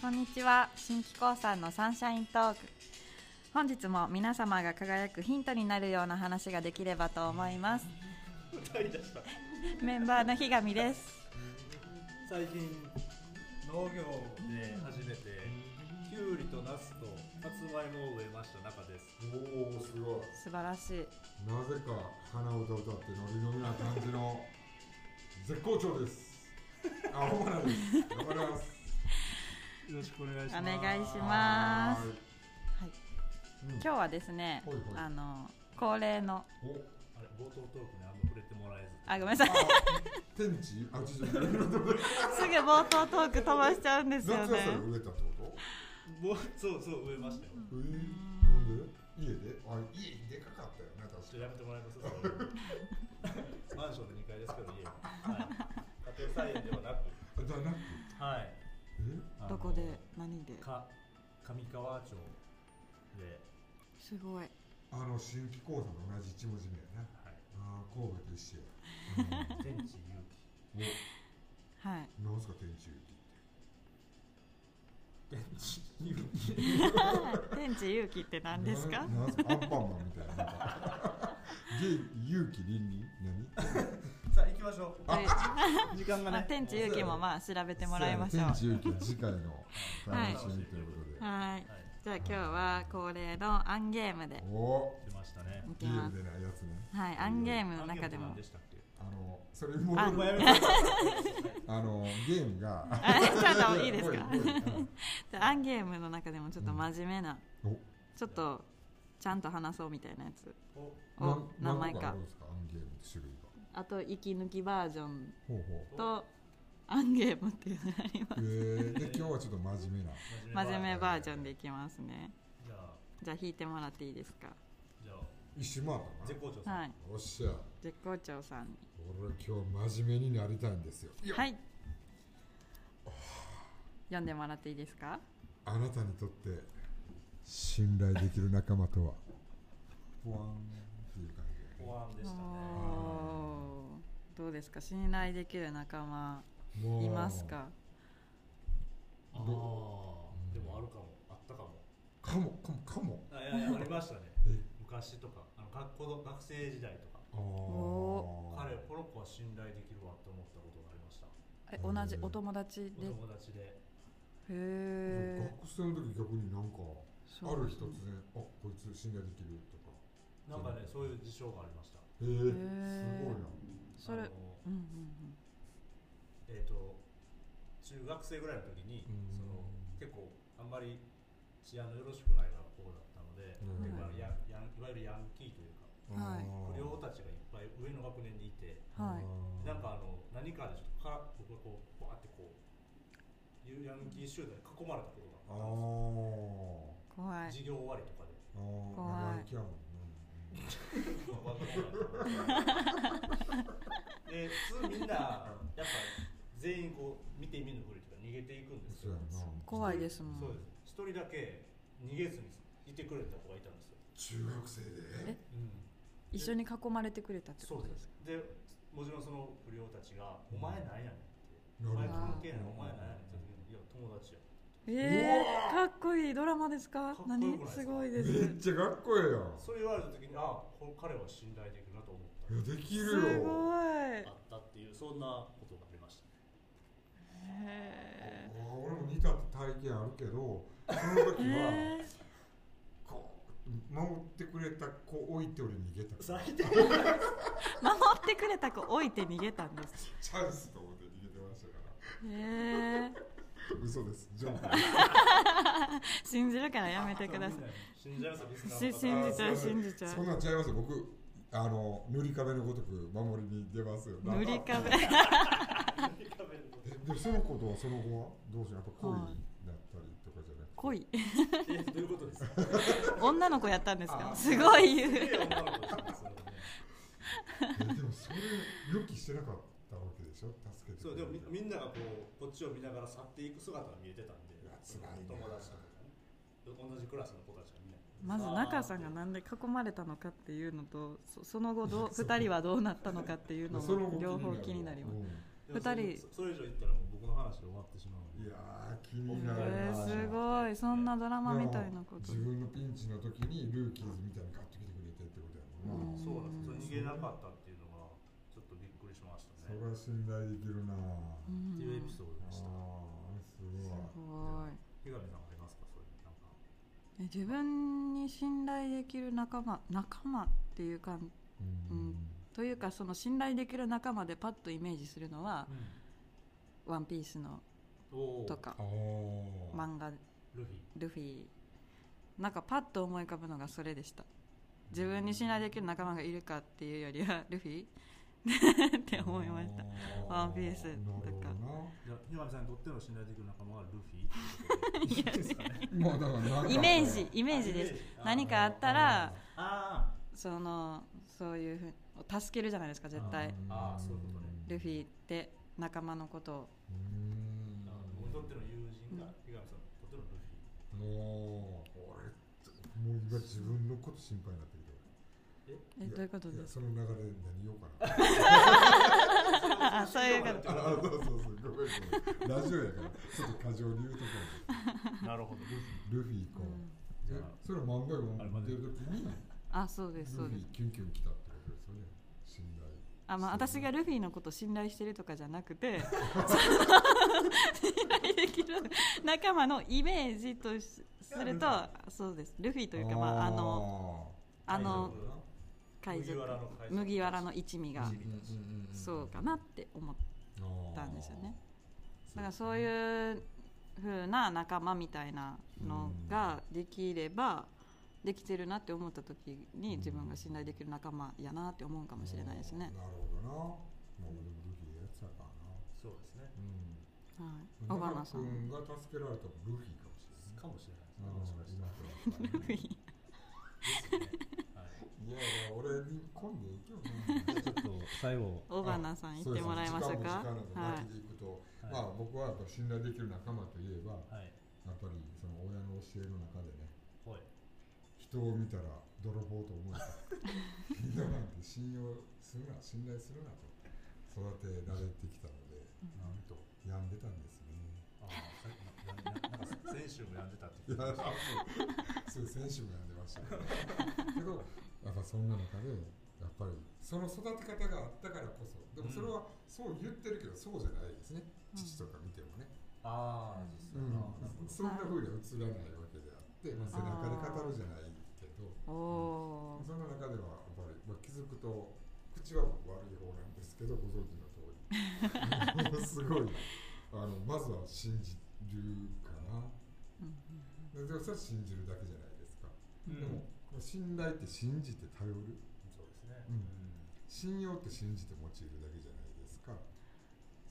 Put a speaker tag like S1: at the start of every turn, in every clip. S1: こんにちは新機構さんのサンシャイントーク本日も皆様が輝くヒントになるような話ができればと思います
S2: 歌い出した
S1: メンバーの日上です
S2: 最近農業で初めてきゅうりとナスとさつまいもを植えました中です
S3: おおすごい
S1: 素晴らしい
S3: なぜか鼻歌歌ってノリノリな感じの 絶好調ですあほんまなんです頑張ります
S2: よろしくお願い
S1: しますお願いします
S3: はーいうん
S1: 今日はですね
S3: ほいほい
S1: あの恒例の
S3: お
S2: あれ冒頭トークねあんま触れてもらえず
S1: あごめんなさい
S3: 天地あちょっと夏
S1: すぐ冒頭トーク飛ばしちゃうんですよ
S3: 野
S1: ね
S3: 菜植えたってこと
S2: ぼそうそう植えましたよ
S3: えー、なんで家であ家でかかったよね
S2: ちょっと
S3: 確
S2: やめてもらえますそれマンションで2階ですけど家は、はい、家庭菜園ではなく
S3: かじゃなく
S2: はい
S3: え
S2: あの
S1: どこで何で
S2: か上川町です
S1: ごい
S3: あの新規講座と同じ一文字目やね
S2: はい
S3: あー神戸と一緒や、
S2: 天地勇
S1: はい
S3: うん、おなんすか天地言うて
S2: 気天地勇気
S1: 天地勇気って何ですか
S3: ななんすかアンパンマンみた いななんかゲイ勇気倫理何
S2: さあ行きましょ
S1: という
S2: う時間が
S1: まあ、
S2: ね
S1: 天地勇気もまあ調べてもらいましょう
S3: 天地勇気次回のお楽しみということで、
S1: はい
S2: はい
S1: じゃあ今日は恒例のアンゲームで
S3: お
S2: 出ましたね
S1: いき
S3: ゲー
S1: ま
S3: ム
S1: す
S3: でないやつね
S1: はいアンゲームの中で
S2: アン
S1: も
S2: ケート何したっけ
S3: あのそれも
S1: あ
S3: あ
S2: もうやめてください
S3: のゲームが
S1: ちょっといいですか
S3: お おいうん
S1: じゃあアンゲームの中でもちょっと真面目な、
S3: お
S1: ちょっとちゃんと話そうみたいなやつ
S2: お
S1: を
S3: な
S1: 何
S3: ん
S1: 枚
S3: 何個あ
S1: か
S3: るんですかアンゲームって種類が
S1: あと息抜きバージョン
S3: ほうほう
S1: とアンゲームっていうのがありま
S3: えー、で今日はちょっと真面目な
S1: す真面目バージョンでいきますね
S2: じゃあ
S1: じゃあ引いてもらっていいですか
S2: じゃあ
S3: 一周回った
S2: 絶好調さん、
S1: はい
S3: なおっしゃ
S1: 絶好調さん
S3: 俺今日真面目になりたいんですよ
S1: にはい読んでもらっていいですか
S3: あなたにとって信頼できる仲間とは不安っていう感
S2: 後半で
S1: お
S2: したね
S1: ーどうですか信頼できる仲間
S3: じもう
S1: いますか
S2: ああでもあるかもあったかも
S3: かもかもかも
S2: あいやいやありましたね
S3: え
S2: 昔とかあの学校の学生時代とか
S3: あー
S1: お
S2: 彼この子は信頼できるわって思ったことがありました
S1: え同じお友達で
S2: お友達で
S1: へえ
S3: 学生の時逆になんかあ
S1: そう
S3: る
S1: です
S3: 日
S1: ね
S3: 突然あこいつ信頼できるとか
S2: なんかねそういう事象がありました
S3: へ
S1: へ
S3: え
S1: ー
S3: すごいな
S1: それ
S2: あの
S1: うんうんうん
S2: えっ、と中学生ぐらいの時に
S3: うん
S2: その結構あんまり治安のよろしくない方だったので、
S3: うん
S2: 結構あのややんいわゆるヤンキーというか
S1: はい
S3: あー
S2: 不良たちがいっぱい上の学年にいて
S1: はい
S3: あー
S2: なんかあの何かでちょっとから僕がこうバーってこういうヤンキー集団に囲まれたこと
S3: あ
S2: があ
S1: 怖い
S2: ったんですよ授業終わりとかで
S3: ーあー
S1: 怖い
S3: 生意気やもんね
S2: まあわかんないで普通みんなやっぱ全員こう見て見ぬふりとか逃げていくんです
S3: そう
S2: よ
S3: やな
S1: 怖いですもん
S2: そうです一人だけ逃げずにいてくれた子がいたんですよ、
S3: 中学生で
S1: え一緒に囲まれてくれたって
S2: そ
S1: こ
S2: う
S1: とで
S2: ですすでもちろんその不良たちが「
S3: うん
S2: お前なんやねん」って「
S3: な
S2: お前
S3: る
S2: 関係ないお
S3: ほど
S2: 前なんやねん」って言った時に「いや友達や」
S1: え
S3: うわ
S1: ー、かっこいいドラマですか
S2: かっこよくない
S1: 何
S2: ですか
S1: すごい
S3: め
S1: です
S3: っちゃかっこええやん
S2: それ言われた時にあこ彼は信頼できるなと思った
S3: いやできる
S1: すごい
S3: よ
S2: あったっていうそんなことがありましたね
S1: へ
S3: あー俺も似た体験あるけどそ
S1: ー
S3: の時は
S1: へー
S3: こう守ってくれた子置いて俺逃げたから
S2: 低
S1: 守ってくれた子置いて逃げたんです
S3: チャンスと思って逃げてましたから
S1: へえ
S3: 嘘 ですジョン
S1: 信じるからやめてくださ
S2: 信じられたリ スナ
S1: いし
S2: ー
S1: 信
S2: の方
S1: じちゃう信じちゃ
S3: そん
S1: う
S3: なんちゃいますよ僕あの塗り壁のごとく守りに出ますよ
S1: 塗り壁
S3: えでもその子とその後はどうしようやっぱ恋
S1: はい
S3: になったりとかじゃなくて
S1: 恋
S2: えどういうことですか
S1: 女の子やったんですか
S3: あ
S1: すごい
S2: す
S1: 言
S2: げ
S1: う
S2: え女の子ですねそれね
S3: えでもそれ予期してなかったわけでしょ助けて
S2: そうでもみみ
S3: なん
S2: ながこうこっちを見ながら去っていく姿が見えてたんで
S3: うわ辛いな
S2: 友達とかね同じクラスの子たちがみんな
S1: まず中さんが
S2: あー
S1: なんで囲まれたのかっていうのとそその後どう2人はどうなったのかっていうの
S3: その
S1: も両方気になります
S3: す
S2: でもそ
S1: 二
S2: れ
S1: 人
S2: そそれ以上言ったらもう僕の話で終わってしまうん
S3: い
S2: で
S3: やー気にな
S2: う
S3: る
S1: え
S3: な
S1: ー、すごいそんなドラマみたいなこと
S3: 自分のピンチの時にルーキーズみたいに買ってきてくれてってことやもん
S1: うん
S3: な、
S2: そうなんですそれ逃げなかったっていうのがちょっとびっくりしました
S3: そ
S2: ね
S3: れは信頼できるなぁ、
S1: うん
S2: っていうエピソード
S3: あ
S2: でした
S3: ーすごい
S1: すごい
S2: 手紙さんありますかそういうなんか
S1: え自分に信頼できる仲間仲間っていうか
S3: うん
S1: うんというかその信頼できる仲間でパッとイメージするのは「ワンピースの
S2: おー
S1: とか
S3: あー
S1: 漫画
S2: ルフィ
S1: ルフィなんかパッと思い浮かぶのがそれでした自分に信頼できる仲間がいるかっていうよりはルフィ って思いました
S3: あ
S1: ワンピースとか
S3: なるほどな
S2: じゃあ手紙さんにとっての信頼できる仲間はルフィっていうことでいいですかね
S3: まあだからなんか
S1: イメージイメージです
S2: あ
S1: 何かあったら
S2: あ
S1: そのそういうふう助けるじゃないですか絶対
S3: ん
S2: あーそういうことね
S1: ルフィって仲間のことを
S3: うーん
S2: ーあ僕にとっての友人が手紙さんにとってのルフィ
S3: もう俺もう今自分のこと心配になってきた
S1: えどういうこと
S3: いや
S1: ですか
S3: その流れで何言おうかな
S1: あそういうこと
S3: ああそうそうそうごめんごめんラジオやからちょっと過剰に言うとこ
S2: なるほどルフィ
S3: ルフィ行こう
S2: じゃ
S3: え
S2: あ
S3: それは漫画読んでる時に
S1: あそう
S3: ル
S1: です
S3: フ
S1: そうです
S3: ィキュンキュン来たってことですよね信頼
S1: あまあ、
S3: そう
S1: 私がルフィのことを信頼してるとかじゃなくてその信頼できる仲間のイメージとしするとそうですルフィというかまあ、あのあの海
S2: 麦
S1: 賊
S2: わらの海賊
S1: 麦わらの一味が
S2: 一味だし
S1: そうかなって思ったんですよねだからそういう風な仲間みたいなのができればできてるなって思った時に自分が信頼できる仲間やなって思うか
S3: か
S1: もしれないですね
S3: な、るほどなもうルフィやつだからな
S2: そうですね
S3: うん
S1: はい、
S3: 小
S1: 小
S3: 花
S1: 花
S3: さ
S1: さ
S3: ん
S1: ん
S3: が助けられたのルフィかもしれない
S2: かもしれないも
S3: あ
S2: しかしたら
S3: ー今
S1: ルフィ
S2: はい
S3: いやいや俺に今度 行くよな
S2: ちょっと最後
S1: 小花さん行ってもらいましょうか
S3: そうです時間も時間な
S1: はい
S3: ので巻きで行くと、
S2: はい
S3: まあ僕はやっぱ信頼できる仲間といえばや
S2: はい
S3: っぱりその親の教えの中でね
S2: はい
S3: 人を見たら泥棒と思うか人なんて信用するな信頼するなと育てられてきたので
S2: なんと
S3: 病んでたんですね
S2: ああなななんか先週もやんでたって
S3: い
S2: 聞
S3: や
S2: いてました
S3: そう選手もやんでましたけどけどやっぱそんな中でやっぱりその育て方があったからこそでもそれはそう言ってるけどそうじゃないですね、
S1: うん
S3: 父とか見てもね、
S2: ああ実際
S3: うん
S2: ああ
S3: そんなふうには映らないわけであって、まあ、背中で語るじゃないけど
S1: おお
S3: その中ではやっぱり、まあ、気づくと口は悪い方なんですけどご存知の通り ものすごいあのまずは信じるかな
S1: ー、うん
S3: ででもそれは信じるだけじゃないですか
S2: うん
S3: でも信頼って信じて頼る
S2: そうですね
S3: うん信用って信じて用いるだけじゃないですか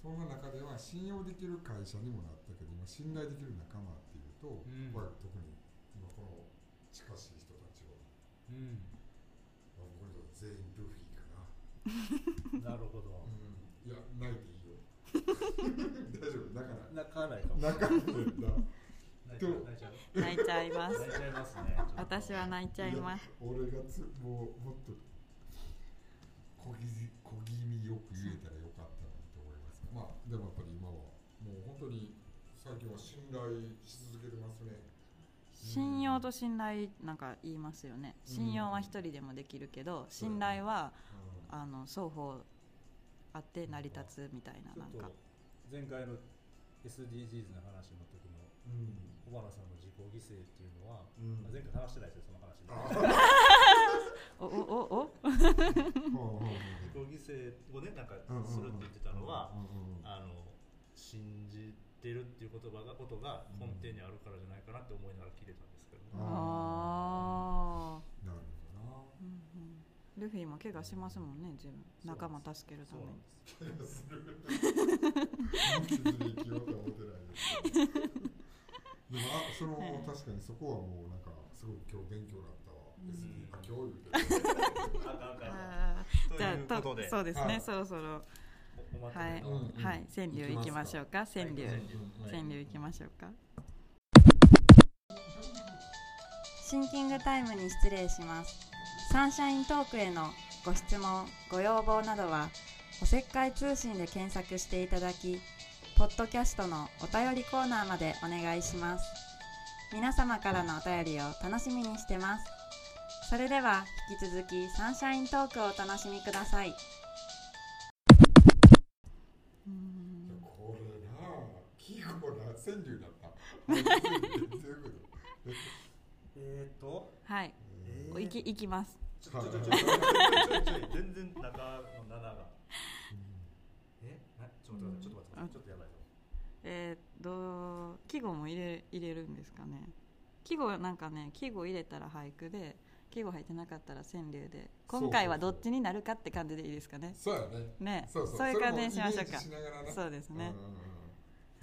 S3: そんな中では信用できる会社にもなったけど今信頼できる仲間っていうと、
S2: うん
S3: まあ特に今この近しい人たちを、
S2: うん
S3: まあ、僕にとって全員ルフィ
S2: う
S3: かな、
S2: んなるほど
S3: うん、いや泣いていいよ大丈夫だから
S2: 泣かないかも
S3: 泣かんでんだ
S2: 泣いちゃう泣いちゃう
S1: 泣いちゃいます
S2: 泣いちゃいますねちょっと
S1: 私は泣いちゃいます
S3: や俺がつもうもっと小気じ小気味よく言えたらよかったなと思いますがまあでもやっぱり今はもう本当に最近は信頼し続けてますね
S1: 信用と信頼なんか言いますよね
S3: うん
S1: 信用は一人でもできるけど信頼はあの双方あって成り立つみたいな
S2: ちょ
S1: な
S2: っ
S1: ん
S2: と
S1: か
S2: 前回の SDGs の話の時の
S3: うん、
S2: 小原さんの自己犠牲っていうのは、
S3: うん
S2: まあ前回話してないですよその話で
S3: あ
S1: お
S3: あは
S1: おおお
S3: あは
S2: 自己犠牲をねなんか
S3: あうんうんうん
S2: するって言ってたのは、
S3: うんうん
S2: あの信じてるっていう言葉がことが根底にあるからじゃないかなって思いながら聞いてたんですけど、
S3: あ
S1: あ
S3: なるほ
S1: ー、うんうん、ルフィも怪我しますもんね自分仲間助けるた
S2: そう
S1: め
S2: な
S1: に
S2: んです
S3: どなする無傷で生きようとは思ってないですけどでもあその、
S1: はい
S3: 確かにそこはもうなんかすごい今日勉強になったわ、
S1: うん
S3: 別にあ今日言うけど
S2: あかんあかんあかん
S1: あーじゃ
S2: とい
S1: あ
S2: うことで
S1: そうです
S3: は
S1: ね
S3: い
S1: そろそろ
S2: おおまとめの、
S3: はいうん
S1: はい川柳行きましょうか川柳
S2: はい
S1: 川柳行きましょうか
S4: シンキングタイムに失礼します。サンシャイントークへのご質問、ご要望などは、おせっかい通信で検索していただきポッドキャストのお便りコーナーまでお願いします皆様からのお便りを楽しみにしてますそれでは引き続きサンシャイントークをお楽しみください
S1: うん
S3: これなあ季語な川柳だったどういうこと
S2: えーと
S1: はい
S2: え
S1: いきいきます
S2: ちょちょちょちょちょちょちょちょ全然中の7がえなちょっと待ってちょっと待ってちょっとやばいぞ
S1: えー、どう季語も入れ入れるんですかね季語なんかね季語入れたら俳句で季語入ってなかったら川柳で
S3: そう
S1: 今回はどっちになるかって感じでいいですかね
S3: そうやね
S1: ね
S3: そうそう
S1: いう感じにしましょう
S3: それもイメー
S1: か
S3: ジしながらな
S1: そうですね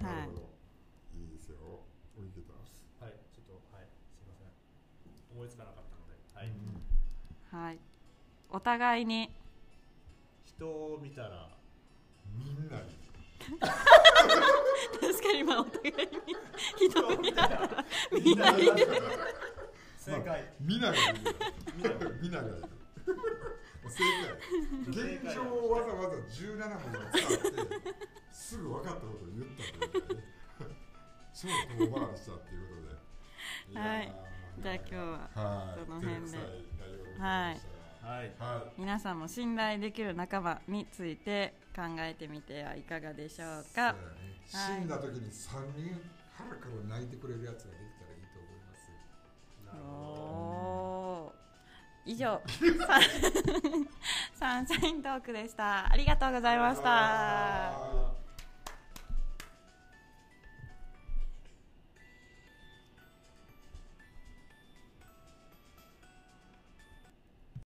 S3: うんうんうん
S1: はい
S3: なるほどいいですよおいけた
S2: はいちょっとはいすいません思いつかなかったのではい
S1: はいお互いに
S2: 人を見たら
S3: みんなに
S1: 確かに今お互いに人を見たら
S2: みんなに正
S3: まあ
S2: 解
S3: みながいるみながいる正解現状をわざわざ17本も使ってすぐ分かったことを言ったというね超遠回りしたっていうことで
S1: はい
S3: いやー
S1: じゃあ今日は
S3: はい
S1: その辺で
S3: 照れくさい内容でございました
S2: はい
S3: がはい
S1: 皆さんも信頼できる仲間について考えてみてはいかがでしょうか
S3: そうやね死んだ時に三人腹から泣いてくれるやつができたらいいと思います。
S2: なるほど
S1: おー以 上サンサンシャイントークでしたありがとうございました
S3: あー